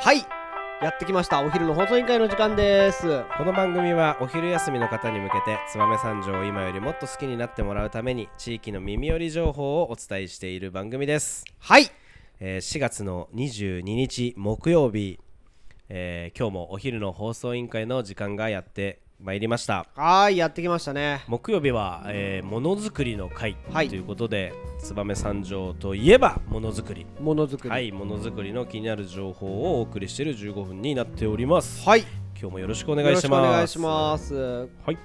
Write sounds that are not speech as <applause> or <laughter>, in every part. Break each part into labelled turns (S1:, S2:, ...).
S1: はいやってきましたお昼の放送委員会の時間です
S2: この番組はお昼休みの方に向けて燕三条を今よりもっと好きになってもらうために地域の耳寄り情報をお伝えしている番組です、
S1: はい
S2: えー4月の22日木曜日、えー今日もお昼の放送委員会の時間がやってまいりました
S1: はーいやってきましたね
S2: 木曜日は、えーものづくりの会
S1: はい
S2: ということで、燕三条といえばものづくり
S1: ものづくり
S2: はいものづくりの気になる情報をお送りしている15分になっております
S1: はい
S2: 今日もよろしくお願いし
S1: よろ
S2: ます
S1: くお願いします
S2: はい、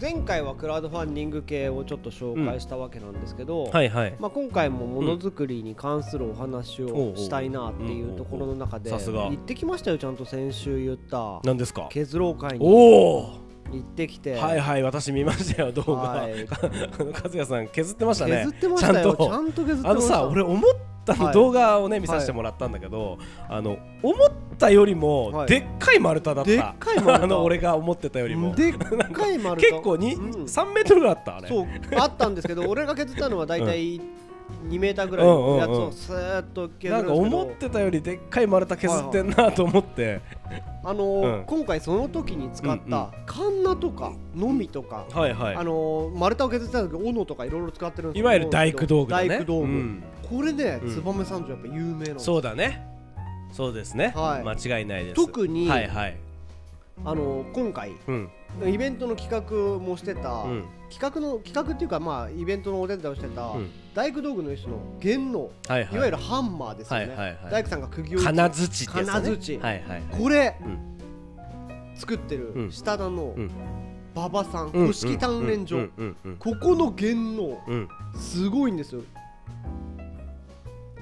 S1: 前回はクラウドファンディング系をちょっと紹介したわけなんですけど、
S2: はいはい
S1: まあ、今回もものづくりに関するお話をしたいなっていうところの中で
S2: うんうんうんさすが
S1: 行ってきましたよちゃんと先週言った
S2: 何ですか
S1: 削ろう会に
S2: おお、
S1: 行ってきて、
S2: はいはい私見ましたよ動画、
S1: は
S2: はいい、か <laughs> 和也さん削ってましたね
S1: 削ってましたよ
S2: ち
S1: ち
S2: ゃ
S1: ゃ
S2: んと
S1: んと削ってました
S2: あのさ俺思ったの、
S1: はい
S2: 動画をね見させてもらったんだけど、あの思ったよりも、
S1: はい
S2: でっかい丸太だった
S1: でっかい丸太
S2: <laughs> あの俺が思ってたよりも
S1: でっかい丸太
S2: <laughs> 結構に、
S1: うん
S2: 3メートルぐらいあったあれ
S1: そうあったんです
S2: <laughs>
S1: けど俺が削ったのは大体2メーターぐらいのやつをスーッと削る
S2: なんん
S1: です
S2: か
S1: けど
S2: 思ってたよりでっかい丸太削ってんなと思って
S1: あのー
S2: うん
S1: 今回その時に使ったカンナとかのみとか、
S2: はいは
S1: あのー丸太を削ってたんですけど斧とかいろいろ使ってるんですけ
S2: い
S1: ど
S2: わゆる大工道具だね
S1: 大工道具、
S2: うん
S1: これね
S2: うん
S1: 燕三条やっぱ有名なの、
S2: そうだねそうですね、
S1: はい
S2: 間違いないです
S1: 特に
S2: はいはい
S1: あのー今回
S2: うん
S1: イベントの企画もしてた、
S2: うん
S1: 企画の企画っていうかまあイベントのお手伝いをしてた、
S2: うん
S1: 大工道具の一種の弦の
S2: はいはい
S1: いわゆるハンマーですよね、
S2: はいはいはい
S1: 大工さんが釘を打つ
S2: 金槌ってやつだね
S1: 金槌
S2: はいはい
S1: これ、
S2: うん
S1: 作ってる
S2: うん
S1: 下田の
S2: うん
S1: 馬場さん、
S2: うん
S1: 古式鍛錬所、
S2: うんうんうん
S1: ここの弦能
S2: うんうん
S1: すごいんですよ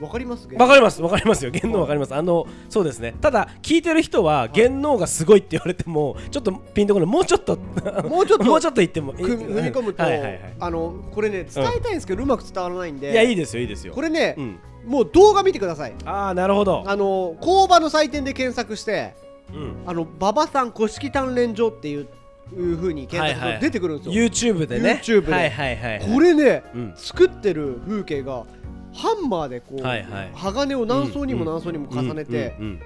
S1: わかります
S2: わか
S1: る
S2: りますわかりますよ言能わかりますあのそうですねただ聞いてる人は言能がすごいって言われてもちょっとピンとこないもうちょっと <laughs>
S1: もうちょっと
S2: もうちょっと言っても
S1: 踏み踏み込むと、
S2: はいはいはい
S1: あのこれね伝えたいんですけど、うまく伝わらないんで
S2: いやいいですよいいですよ
S1: これね、
S2: うん
S1: もう動画見てください
S2: ああなるほど
S1: あの工場の祭典で検索して
S2: うん
S1: あの馬場さん古式鍛錬所っていういう風に検索する
S2: はいは
S1: と
S2: い
S1: 出てくるんですよ、
S2: YouTube でね
S1: YouTube で
S2: はいはいはいはい
S1: これね、
S2: うん
S1: 作ってる風景がハンマーでこう、
S2: はいはい
S1: 鋼を何層にも何層にも重ねて
S2: うん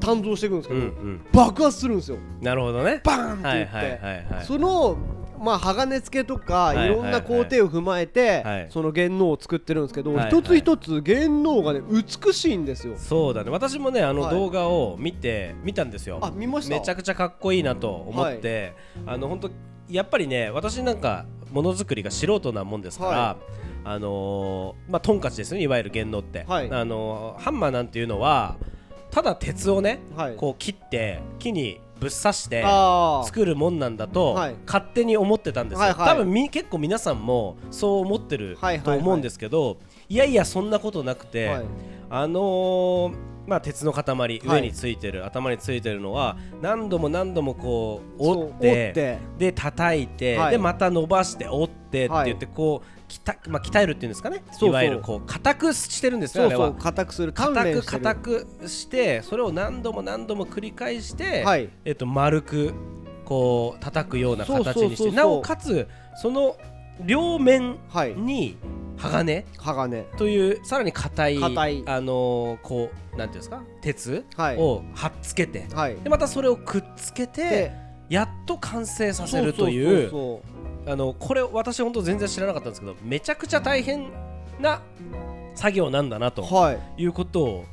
S1: 鍛造していくんですけ
S2: うんう
S1: ど、
S2: んうん
S1: 爆発するんですよ
S2: うんなるほどね
S1: バーンって
S2: は
S1: 言
S2: い
S1: って、
S2: はいはいはい
S1: その、まあ、鋼付けとか、
S2: い
S1: い
S2: はい
S1: ろんな工程を踏まえて、
S2: はい
S1: その元能を作ってるんですけど、
S2: はいはい
S1: 一つ一つ元能がね美しいんですよ、
S2: そうだね私もねあの
S1: はい
S2: 動画を見て見たんですよ
S1: あ見ました
S2: めちゃくちゃかっこいいなと思って、あの本当やっぱりね私なんかものづくりが素人なもんですから、
S1: は
S2: あのーまあトンカチですねいわゆる言能って、
S1: はい
S2: あのーハンマーなんていうのはただ鉄をね、
S1: はい
S2: こう切って木にぶっ刺して
S1: あー
S2: 作るもんなんだと、
S1: はい
S2: 勝手に思ってたんですよ、
S1: はいはい
S2: 多分み結構皆さんもそう思ってる
S1: はいはい
S2: と
S1: はい
S2: 思うんですけど、いやいやそんなことなくて、
S1: はい
S2: あのーまあ、鉄の塊
S1: はい
S2: 上についてる、頭についてるのは何度も何度もこう
S1: そう
S2: 折っ
S1: 折
S2: て
S1: って
S2: で叩いて、
S1: はい
S2: でまた伸ばして折ってって
S1: はい
S2: 言ってこうきた、まあ、鍛えるっていうんですかね
S1: そうそう
S2: いわゆるこう硬くしてるんです
S1: そう
S2: よ
S1: そ
S2: あれ
S1: う
S2: は
S1: 硬くする鍛
S2: 硬
S1: 錬
S2: く
S1: してる
S2: 硬くしてそれを何度も何度も繰り返して、
S1: はい
S2: えっと、丸くこう叩くような形にして
S1: そうそうそうそう
S2: なおかつその両面
S1: はい
S2: に鋼
S1: 鋼
S2: というさらに硬い
S1: 硬い
S2: あのーこうなんていうんですか鉄、
S1: はい
S2: を貼っつけて
S1: はい
S2: でまたそれをくっつけて
S1: で
S2: やっと完成させるとい
S1: そう
S2: う
S1: そうそう
S2: あのこれ私本当全然知らなかったんですけどめちゃくちゃ大変な作業なんだなと
S1: そうはい
S2: いうことを、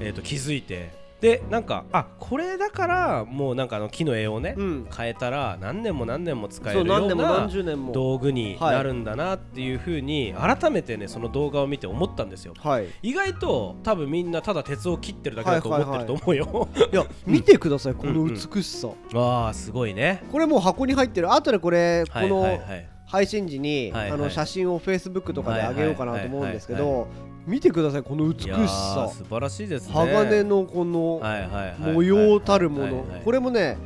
S2: えー、と気づいてでなんかあこれだからもうなんかあの木の絵をね、
S1: うん
S2: 変えたら何年も何年も使え
S1: そ
S2: る
S1: う
S2: よ
S1: 何
S2: う
S1: 年も何
S2: な
S1: 十年も
S2: 道具になるんだなっていうふうに改めてねその動画を見て思ったんですよ。
S1: はいい
S2: 意外と多分みんなただ鉄を切ってるだけだと思ってると思うよ、
S1: や見てくださいこ
S2: うん
S1: の
S2: うん
S1: 美しさ
S2: <laughs> ああすごいね
S1: これもう箱に入ってるあとでこれこ
S2: はいは
S1: の
S2: いはい
S1: 配信時に
S2: はいはい
S1: あの写真をフェイスブックとかで上げようかなと思うんですけ
S2: はいは
S1: ど見てくださいこの美
S2: い
S1: し
S2: やー
S1: さ
S2: 素晴らしいですね
S1: 鋼のこの
S2: はいはいはい
S1: 模様たるも
S2: はいは
S1: の
S2: いはい
S1: これもね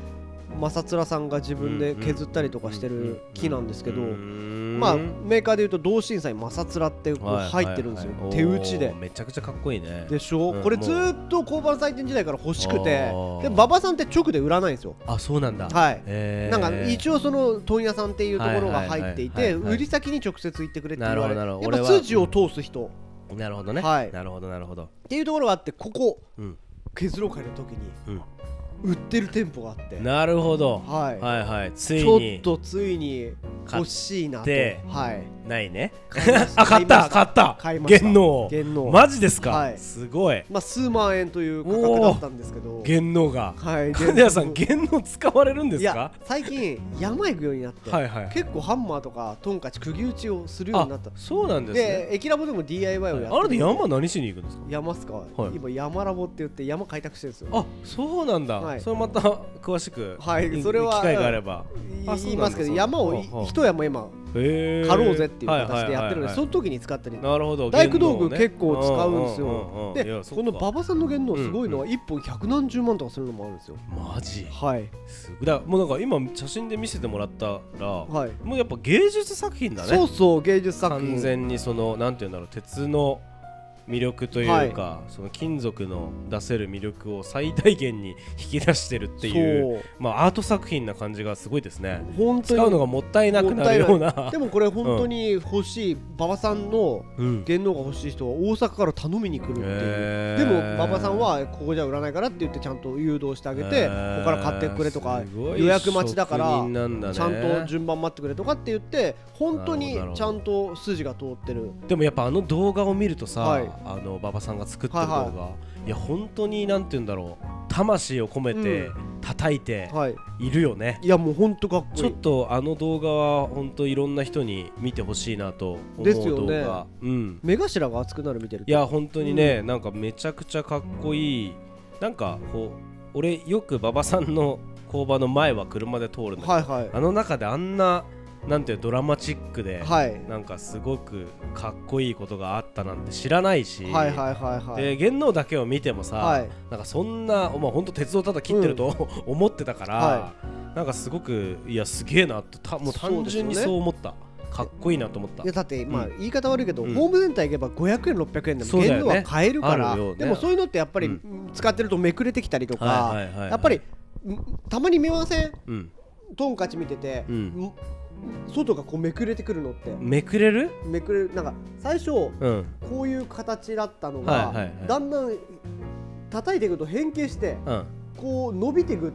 S1: 正貫さんが自分で
S2: うんうん
S1: 削ったりとかしてる木なんですけど
S2: うーん
S1: まあメーカーでいうと同心さに正貫ってこう
S2: はい
S1: 入ってるんですよ
S2: はいはい
S1: 手打ちで
S2: おーめちゃくちゃかっこいいね
S1: でしょ、
S2: うん
S1: これずーっと交番祭典時代から欲しくて
S2: あー
S1: で馬場さんって直で売らないんですよ
S2: あそうなんだ
S1: はい
S2: え
S1: なんか一
S2: 応
S1: 応その問屋さんっていうところが入ってい
S2: はい
S1: て
S2: はいはいはいはい
S1: 売り先に直接行ってくれって言われて
S2: なる
S1: やっ
S2: ほどなるほど
S1: ぱ筋を通す人
S2: なるほどね
S1: はい
S2: なるほどなるほど
S1: っていうところがあってここ
S2: うん
S1: 削ろう会の時に
S2: うん
S1: 売ってる店舗があって
S2: なるほど、
S1: はい
S2: はいはいつ
S1: ち
S2: い
S1: ょっ
S2: に
S1: とついに欲しいな
S2: 買っ
S1: と
S2: て
S1: はい
S2: ないね
S1: 買いまし
S2: あ買った買
S1: 買いまし
S2: った
S1: 買いました
S2: 元能
S1: 元能
S2: マジですか、
S1: はい
S2: すごい
S1: まあ数万円という価格だったんですけど
S2: 元能が
S1: はい
S2: 金谷さん元能使われるんで
S1: い
S2: すか
S1: や最近山行くようになって
S2: はいはい
S1: 結構ハンマーとかトンカチ釘打ちをするようにな
S2: あ
S1: った
S2: そうなんですね
S1: で駅ラボでも DIY を
S2: はい
S1: やって
S2: あ
S1: て
S2: なた山何しに行くんですか
S1: 山っすか
S2: はい
S1: 今山ラボって言って山開拓してるんですよ
S2: あそうなんだ、
S1: はい
S2: それまた詳しく、
S1: はいそれは
S2: 機会があれば、あ
S1: 言いますけど山を
S2: そうなんだ
S1: 一山今
S2: へー
S1: 狩ろうぜっていう形でやってるので
S2: はいはいはいはい
S1: その時に使ったり
S2: なるほど
S1: 大工道具
S2: 言語をね
S1: 結構使うんです
S2: うんうんうんうんいや
S1: よ
S2: そ
S1: で
S2: っか
S1: この馬場さんの言動すごいのは1本百何十万とかするのもあるんですよ
S2: マジ
S1: はい
S2: すごいだもうなんか今写真で見せてもらったら、
S1: はい
S2: もうやっぱ芸術作品だね
S1: そうそう芸術作
S2: 完
S1: 品
S2: 全にそのなんていうんだろう鉄の魅力というか、その金属の出せる魅力を最大限に引き出してるってい
S1: そ
S2: う
S1: う
S2: まあアート作品な感じがすごいですね
S1: 本
S2: 使
S1: 当
S2: う
S1: に
S2: のがもったいなくなるような
S1: でもこれ本当に欲しい馬場さんの
S2: うん
S1: 言動が欲しい人は大阪から頼みに来るっていう
S2: へー
S1: でも馬場さんはここじゃ売らないからって言ってちゃんと誘導してあげて
S2: へ
S1: こ
S2: ー
S1: こから買ってくれとか
S2: すごい
S1: 予約待ちだから
S2: 職人なんだね
S1: ちゃんと順番待ってくれとかって言って本当に
S2: なるほど
S1: ちゃんと筋が通ってる
S2: でもやっぱあの動画を見るとさ、
S1: はい
S2: あの馬場さんが作ってる動画、
S1: はい
S2: いや本当になんて言うんだろう魂を込めて
S1: う
S2: 叩いて
S1: はい
S2: いるよね、
S1: いやもう本当かっこいい
S2: ちょっとあの動画は本当いろんな人に見てほしいなと思う
S1: ですよ
S2: 動
S1: ね
S2: 画、うん
S1: 目頭が熱くなる見てると
S2: いや本当にね、なんかめちゃくちゃかっこいいなんかこう俺よく馬場さんの工場の前は車で通るの、
S1: はいはい
S2: あの中であんななんていうのドラマチックで、
S1: はい
S2: なんかすごくかっこいいことがあったなんて知らないし、
S1: はいはいはいはい
S2: で元能だけを見てもさ、
S1: はい
S2: なんかそんな、まあ、ほんと鉄をただ切ってると、 <laughs> 思ってたから、
S1: は
S2: なんかすごくいやすげえなとたもう単純に
S1: そうですよね
S2: そう思った、かっこいいなと思った
S1: いやだってまあ
S2: うん
S1: 言い方悪いけど、
S2: うん
S1: ホームセンター行けば500円600円で
S2: そ
S1: も
S2: うだよ
S1: 限
S2: ね
S1: 度は買えるから
S2: あるよね
S1: でもそういうのってやっぱり、
S2: う
S1: 使ってるとめくれてきたりとか、
S2: はいはいはいはい
S1: やっぱりんたまに見ません
S2: うん、
S1: トンカチ見てて、
S2: うん
S1: ん外がこうめくれてくるのって
S2: めくれる
S1: めくれるなんか最初
S2: うん
S1: こういう形だったの
S2: はい
S1: が、
S2: はいはい
S1: だんだん叩いていくと変形して
S2: うん、
S1: こう伸びていくっていう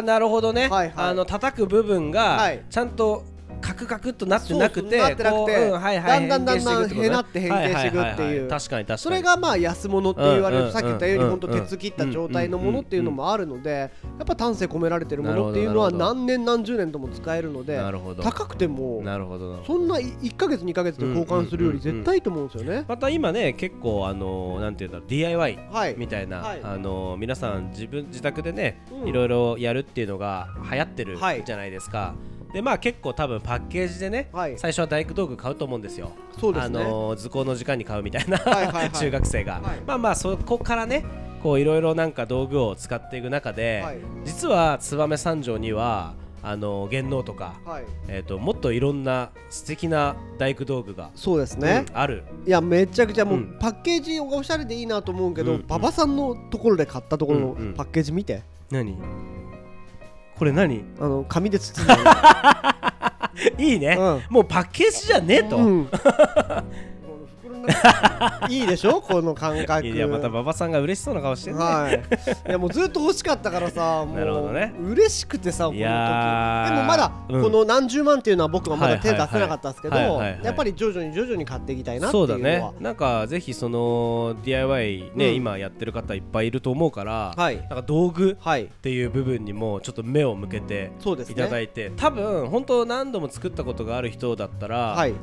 S1: か
S2: ーなるほどね、
S1: はいはい
S2: あの叩く部分が
S1: はい
S2: ちゃんとカクカクっとなってなくて
S1: そうそうなってなくて
S2: こううんはいは
S1: だ
S2: い
S1: んだんだんだん
S2: 変形していくってことね
S1: へなって変形していくっていう
S2: はははは確かに確かに
S1: それがまあ安物って言われ
S2: うんう
S1: る
S2: ん
S1: さっき言ったよう
S2: う
S1: に
S2: ん
S1: 本当
S2: うん
S1: 鉄切った状態のものっていうのもあるのでやっぱ丹精込められてるものっていうのは
S2: なるほど
S1: 何年何十年とも使えるので
S2: なるほど
S1: 高くても
S2: なるほどなるほど
S1: そんな1か月2か月で交換するより絶対いいと思うんですよね。
S2: また今ね結構あのーなんていうんだろう DIY
S1: はい
S2: みたいな、
S1: はい
S2: あのー皆さん自分自宅でね、
S1: うん
S2: いろいろやるっていうのが流行ってる
S1: はい
S2: じゃないですか、でまあ結構多分パッケージでね、
S1: はい
S2: 最初は大工道具買うと思うんですよ
S1: そうです
S2: あ
S1: ね
S2: のー図工の時間に買うみたいな、
S1: はいはいはい
S2: <laughs> 中学生が、
S1: はい
S2: まあまあそこからねこういろいろなんか道具を使っていく中で、
S1: はい
S2: 実は燕三条にはあのー元能とか、
S1: はい
S2: えー、ともっといろんな素敵な大工道具が、
S1: そうですね、
S2: うんある
S1: いやめちゃくちゃもう、
S2: うん
S1: パッケージがおしゃれでいいなと思うけど、
S2: うんうん
S1: 馬場さんのところで買ったところの
S2: うんうん
S1: パッケージ見て、
S2: 何これ何
S1: あの紙で包んであ
S2: いいね、
S1: うん
S2: もうパッケージじゃねえと、
S1: る、うん <laughs> この袋の中いいでしょこの感覚
S2: いやまた馬場さんが嬉しそうな顔してるね、
S1: はい、いやもうずっと欲しかったからさも
S2: <laughs> なるほどね
S1: う嬉しくてさこの時
S2: い
S1: でも
S2: やー
S1: まだ
S2: うん
S1: この何十万っていうのは僕はまだ手出せなかったんですけど
S2: はいはいはいはいはいはい
S1: やっぱり徐々に徐々に買っていきたいなってい
S2: そう
S1: う
S2: だ
S1: の
S2: ね
S1: は
S2: なんかぜひその DIY ね、
S1: うん
S2: 今やってる方いっぱいいると思うから、
S1: はい
S2: なんか道具
S1: はい
S2: っていう部分にもちょっと目を向けて
S1: そうですね
S2: いただいて、多分本当何度も作ったことがある人だったら、
S1: はい
S2: 違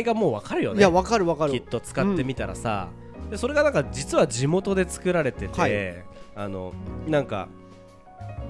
S2: いがもう分かるよ
S1: い
S2: ね
S1: やわかるわかる
S2: きっと使ってみたらさ、でそれがなんか実は地元で作られてて、
S1: はい
S2: あのなんか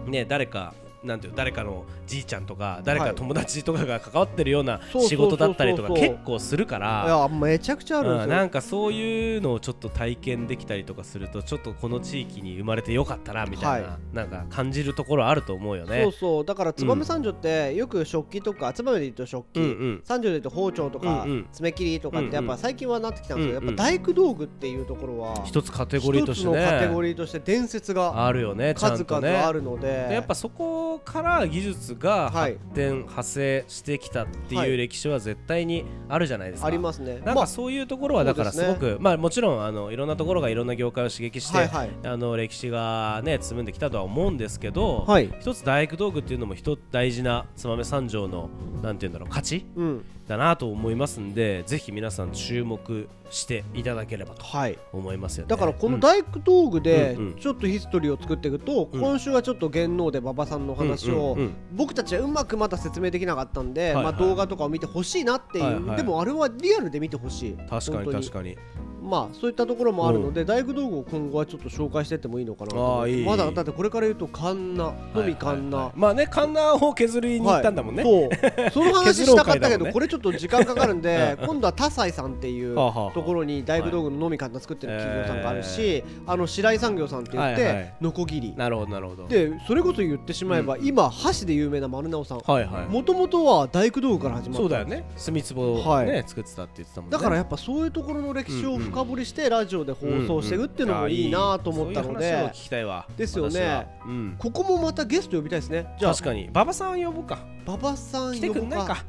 S2: ね誰かなんていう誰かのじいちゃんとか誰か
S1: はい
S2: 友達とかが関わってるような
S1: そうそう
S2: 仕事だったりとか
S1: そうそう
S2: 結構するか
S1: い
S2: ら。
S1: やめちゃくちゃあるんで
S2: うん、
S1: すよ
S2: なんかそういうのをちょっと体験できたりとかするとちょっとこの地域に生まれてよかったなみたいな、
S1: は
S2: なんか感じるところあると思うよね
S1: そうそうだから燕三条ってよく食器とか燕で言うと食器、
S2: うんうん
S1: 三条で言うと包丁とか、
S2: うんうん
S1: 爪切りとかってやっ
S2: うんう
S1: ぱ
S2: ん
S1: 最近はなってきたんですけど、
S2: うんうん
S1: やっぱ大工道具っていうところは
S2: 一つカテゴリーとして
S1: 一つのカテ
S2: ね
S1: ゴリーとして伝説が
S2: あるよねちゃん
S1: 数
S2: とね
S1: 々あるので
S2: でやっぱそこ頃から技術が
S1: はい
S2: 発展、派生してきたって
S1: はいいう
S2: 歴史は絶対にあるじゃないですか。
S1: ありますね
S2: なんかそういうところは
S1: まあ
S2: だから
S1: そうです
S2: す
S1: ね
S2: ごく、まあもちろんあのいろんなところがいろんな業界を刺激して、
S1: はいはい
S2: あの歴史がね紡んできたとは思うんですけど、
S1: はい
S2: 一つ大工道具っていうのも一つ大事な燕三条のなんていうんだろう価値
S1: うん
S2: だなと思いますんでぜひ皆さん注目していただければと
S1: はい
S2: 思いますよね。
S1: だからこの
S2: うん
S1: 大工道具で
S2: うんうん
S1: ちょっとヒストリーを作っていくと、
S2: うん
S1: 今週はちょっと元能で馬場さんのお話を
S2: うんうんうん
S1: 僕たちはうまくまだ説明できなかったんで、
S2: いはい
S1: まあ、動画とかを見てほしいなっていう、
S2: はいはい
S1: でもあれはリアルで見てほしい
S2: 確かに確
S1: に
S2: かに
S1: まあそういったところもあるので、大工道具を今後はちょっと紹介してってもいいのかなと思って
S2: あーいい
S1: まだだってこれから言うとカンナのみカン
S2: はいはいは
S1: ナ
S2: いまあねカンナを削りに行ったんだもんね、
S1: はいそうその話したかったけ
S2: 結論会だ <laughs>
S1: ど、
S2: もんね
S1: これちょっと時間かかるんで
S2: <laughs> うんうん
S1: 今度は田西さんっていう
S2: はあはあはあ
S1: ところに大工道具ののみかんな作ってる企業さんがあるし、あの白井産業さんって言っ
S2: はいはい
S1: てノコギリ
S2: なるほどなるほど
S1: でそれこそ言ってしまえば、今箸で有名な丸直さん
S2: はいはい
S1: もともとは大工道具から始まった
S2: そうだよね墨壺をね、
S1: はい
S2: 作ってたって言ってたもんね
S1: だからやっぱそういうところの歴史を深掘りしてラジオで放送していくっていうのもいいなと思ったの
S2: うんうんあーいいそういう話を
S1: で
S2: 聞きたいわ
S1: ですよね
S2: 私はうん
S1: ここもまたゲスト呼びたいですねじゃあ
S2: 確かに馬場さん呼ぼうか
S1: 馬場さん
S2: 来て
S1: 呼
S2: く
S1: ぼうん
S2: ないか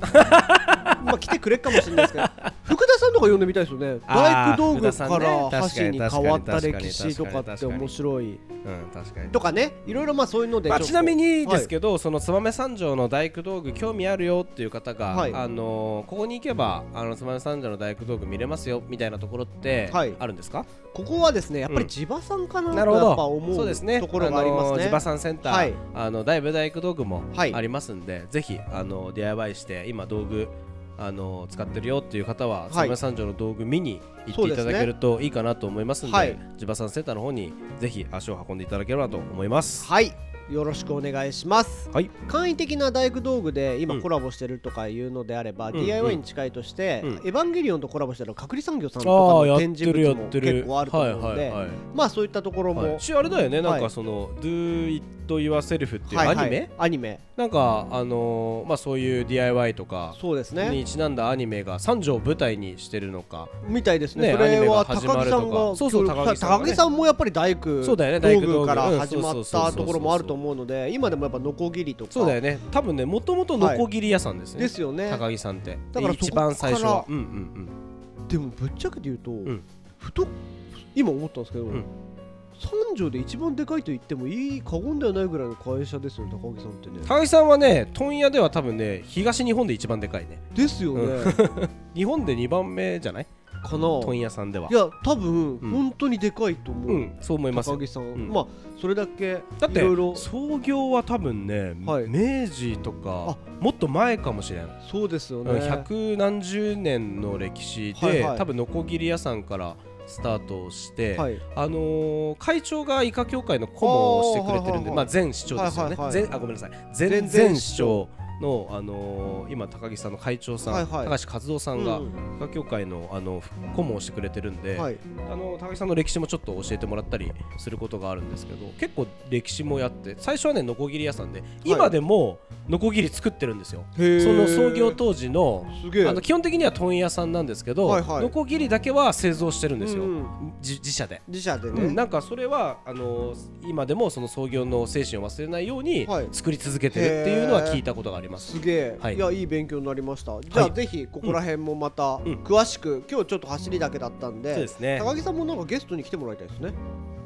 S1: まあ来てくれっかもしれないですけど <laughs> 福田さんとか呼んでみたいですよね大
S2: あー
S1: 工道具
S2: 福田さんね
S1: から箸に
S2: 確か
S1: 変
S2: に
S1: わった
S2: 確かに
S1: 歴史とかって
S2: 確かに
S1: 面白い
S2: うん確かに
S1: とかねいろいろまあそういうので
S2: まあ、
S1: ょっと
S2: ちなみにですけど、その燕三条の大工道具興味あるよっていう方が、
S1: はい
S2: あのーここに行けばあの燕三条の大工道具見れますよみたいなところって
S1: はい
S2: あるんですか、
S1: はいここはですねやっぱ
S2: う
S1: り
S2: ん
S1: 地場さんかなと
S2: なるほ
S1: やっぱ
S2: ど
S1: 思う
S2: そうですね
S1: ところがあります
S2: のー
S1: ね
S2: 地場さんセンター、
S1: はい
S2: あのだいぶ大工道具も
S1: はい
S2: ありますんで、ぜひあの DIY して今道具あの使ってるよっていう方
S1: は
S2: は
S1: い
S2: 燕、三条の道具見に行
S1: そ
S2: っ
S1: うで
S2: ていた
S1: すね
S2: だけるといいかなと思いますんで
S1: はい
S2: 地場さんセンターの方にぜひ足を運んでいただければと思います。
S1: はいよろしくお願いします
S2: はい、
S1: 簡易的な大工道具で
S2: う
S1: 今
S2: ん
S1: コラボしてるとかいうのであれば、
S2: うんうん
S1: DIY に近いとして、
S2: うん
S1: エヴァンゲリオンとコラボしてる隔離産業さんと
S2: ああ
S1: か
S2: や
S1: の
S2: っ
S1: 展
S2: て
S1: 示
S2: るや
S1: 物
S2: っ
S1: も
S2: てる
S1: 結構あると思うので、
S2: はいはいはい
S1: まあそういったところ
S2: はい
S1: も、
S2: しあれだよねなん
S1: は
S2: か
S1: い
S2: その「Do It Yourself」っていう
S1: はいは
S2: アニ
S1: い
S2: メ、
S1: アニメ
S2: なんかあのーまあそういう DIY とか
S1: そうですね
S2: にちなんだアニメが三条を舞台にしてるのか
S1: みたいですね
S2: ね
S1: それは
S2: アニ
S1: 高
S2: メが始ま
S1: 木
S2: る
S1: さ
S2: と
S1: ん
S2: か
S1: が
S2: そうそう
S1: 協力
S2: 高木さんがね
S1: 高木さんもやっぱり大工
S2: そうだよね大
S1: 道
S2: 工道具
S1: 具から
S2: うん
S1: 始まっ
S2: そうそうそう
S1: た
S2: そう
S1: ところもあると思うので今でもやっぱノコギリとか
S2: そうだよね多分ねもともとノコギリ屋さんですね、
S1: ですよね
S2: 高木さんって
S1: だからそこ
S2: 一番最初は
S1: か
S2: うんうん
S1: でもぶっちゃけて言うと、
S2: ん
S1: ふと今思ったんですけど、
S2: ん
S1: 三条で一番でかいと言ってもいい過言ではないぐらいの会社ですよね高木さんってね
S2: うん高木さんはね問屋では多分ね東日本で一番でかいね
S1: ですよね、
S2: うん
S1: か
S2: 日本で2番目じゃない
S1: な
S2: 問屋さんではい
S1: や多分、
S2: うん
S1: 本当にでかいと思う、
S2: うんそう思います
S1: 高
S2: よ
S1: 木さん、
S2: うん
S1: まあそれだけ
S2: だっ
S1: い
S2: て
S1: ろいろ
S2: 創業は多分ね、
S1: はい
S2: 明治とかもっと前かもしれん
S1: そうですよね
S2: 百何十年の歴史で、
S1: はいはい
S2: 多分ノコギリ屋さんからスタートして、
S1: はい
S2: あのー会長がイカ協会の顧問をしてくれ
S1: あ
S2: てるんで、
S1: ーはいはいはい
S2: まあ、前市長ですよ
S1: は
S2: ね、
S1: いはいはい
S2: 前あごめんなさい前
S1: 前
S2: 前
S1: 前
S2: 市
S1: 市
S2: 長
S1: 長
S2: の、あのー今高木さんの会長さん、
S1: はいはい
S2: 高橋和夫さんが、
S1: うん
S2: イカ協会の、あの顧問をしてくれてるんで、
S1: はい
S2: あの高木さんの歴史もちょっと教えてもらったりすることがあるんですけど結構歴史もやって最初はねノコギリ屋さんで今でもノコギリ作ってるんですよ、
S1: へー
S2: その創業当時の
S1: すげえ
S2: あの基本的には問屋さんなんですけど、
S1: はいはい
S2: ノコギリだけは製造してるんですよ、
S1: うんうん
S2: じ自社で。
S1: 自社でね、
S2: うんなんかそれはあの今でもその創業の精神を忘れないように
S1: はい
S2: 作り続けてるっていうのは聞いたことがあります。
S1: すげえ、
S2: はい
S1: い、やいい勉強になりましたじゃあ、
S2: はい
S1: ぜひここら辺もまた
S2: ん
S1: 詳しく、今日ちょっと走りだけだったんで,、
S2: そうですね
S1: 高木さんもなんかゲストに来てもらいたいですね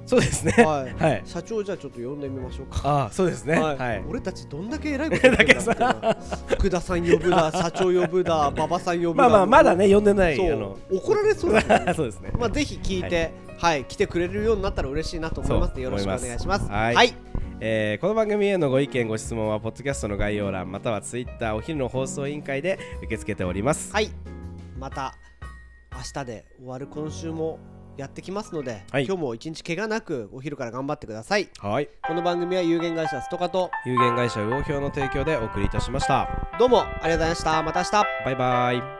S2: そうですね。
S1: はい、
S2: <laughs> はい。
S1: 社長じゃあちょっと呼んでみましょうか
S2: ああそうですね。はい。
S1: 俺たちどんだけ偉いことやってんだみ
S2: <laughs>
S1: たいな福田さん呼ぶな社長呼ぶな馬場さん呼ぶな
S2: まあまあまだね呼んでない
S1: そ
S2: あ
S1: う
S2: の。
S1: 怒られそう
S2: <laughs>
S1: ですね
S2: そうですね。
S1: まあぜひ聞いて、はい来てくれるようになったら嬉しいなと思いますのでよろしくお願いします
S2: 思いますはいえーこの番組へのご意見ご質問はポッドキャストの概要欄またはツイッターお昼の放送委員会で受け付けております
S1: はい、また明日で終わる今週もやってきますので、
S2: はい
S1: 今日も一日怪我なくお昼から頑張ってください
S2: はい
S1: この番組は有限会社ストカと
S2: 有限会社魚評の提供でお送りいたしました
S1: どうもありがとうございましたまた明日
S2: バイバイ